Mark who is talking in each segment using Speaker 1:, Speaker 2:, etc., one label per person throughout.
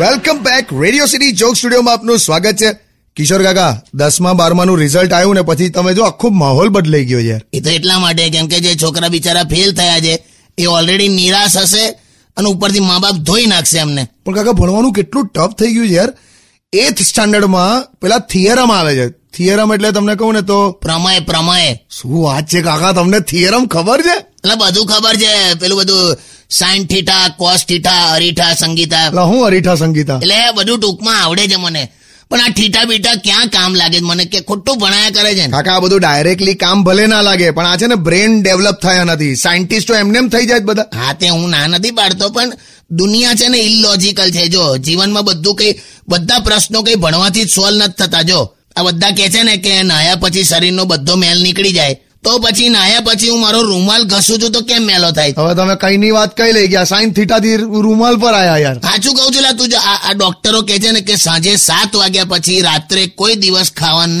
Speaker 1: Welcome back radio city joke સ્ટુડિયોમાં આપનું સ્વાગત છે કિશોર કાકા દસમા બારમા નું રિઝલ્ટ આવ્યું ને પછી તમે જો આખો માહોલ બદલાઈ ગયો યાર
Speaker 2: એ તો એટલા માટે કેમ કે જે છોકરા બિચારા ફેલ થયા છે એ ઓલરેડી નિરાશ હશે અને ઉપરથી મા બાપ ધોઈ નાખશે એમને
Speaker 1: પણ કાકા ભણવાનું કેટલું ટફ થઈ ગયું છે યાર એથ સ્ટાન્ડર્ડમાં પેલા થિયરમ આવે છે થિયરમ એટલે તમને કહું ને તો
Speaker 2: પ્રમાય પ્રમાય
Speaker 1: શું વાત છે કાકા તમને થિયરમ ખબર છે
Speaker 2: એટલે બધું ખબર છે પેલું બધું સાઈન થીટા કોસ થીટા અરીઠા સંગીતા
Speaker 1: એટલે હું અરીઠા સંગીતા
Speaker 2: એટલે બધું ટૂંકમાં આવડે છે મને પણ આ ઠીટા બીટા ક્યાં કામ લાગે છે મને કે ખોટું ભણાયા કરે છે ને.
Speaker 1: કાકા આ બધું ડાયરેક્ટલી કામ ભલે ના લાગે પણ આ છે ને બ્રેન ડેવલપ થયા નથી સાયન્ટિસ્ટો એમને એમ થઈ જાય છે બધા
Speaker 2: હા તે હું ના નથી પાડતો પણ દુનિયા છે ને ઇલોજિકલ છે જો જીવનમાં બધું કઈ બધા પ્રશ્નો કઈ ભણવાથી જ સોલ્વ નથી થતા જો આ બધા કહે છે ને કે નાહ્યા પછી શરીરનો બધો મેલ નીકળી જાય તો પછી નાહ્યા પછી હું મારો રૂમાલ ઘસું છું તો કેમ મેલો થાય
Speaker 1: હવે તમે કઈની વાત કઈ લઈ ગયા સાઈન થી રૂમાલ પર આયા યાર
Speaker 2: સાચું કહું છું લા તું જો આ આ ડોક્ટરો કહે છે ને કે સાંજે સાત વાગ્યા પછી રાત્રે કોઈ દિવસ ખાવાનું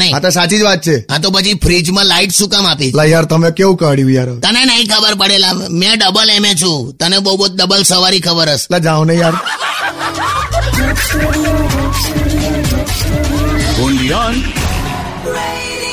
Speaker 1: આ
Speaker 2: નહીં
Speaker 1: તો સાચી જ વાત છે
Speaker 2: હા તો પછી ફ્રીજમાં લાઈટ શું કામ આપી
Speaker 1: લા યાર તમે કેવું કાઢ્યું યાર હવે?
Speaker 2: તને નહીં ખબર પડેલા મેં ડબલ એમ એ છું તને બહુ બહુ ડબલ સવારી ખબર હશે
Speaker 1: લા જાઓ ને યાર
Speaker 3: Undian.
Speaker 4: Radio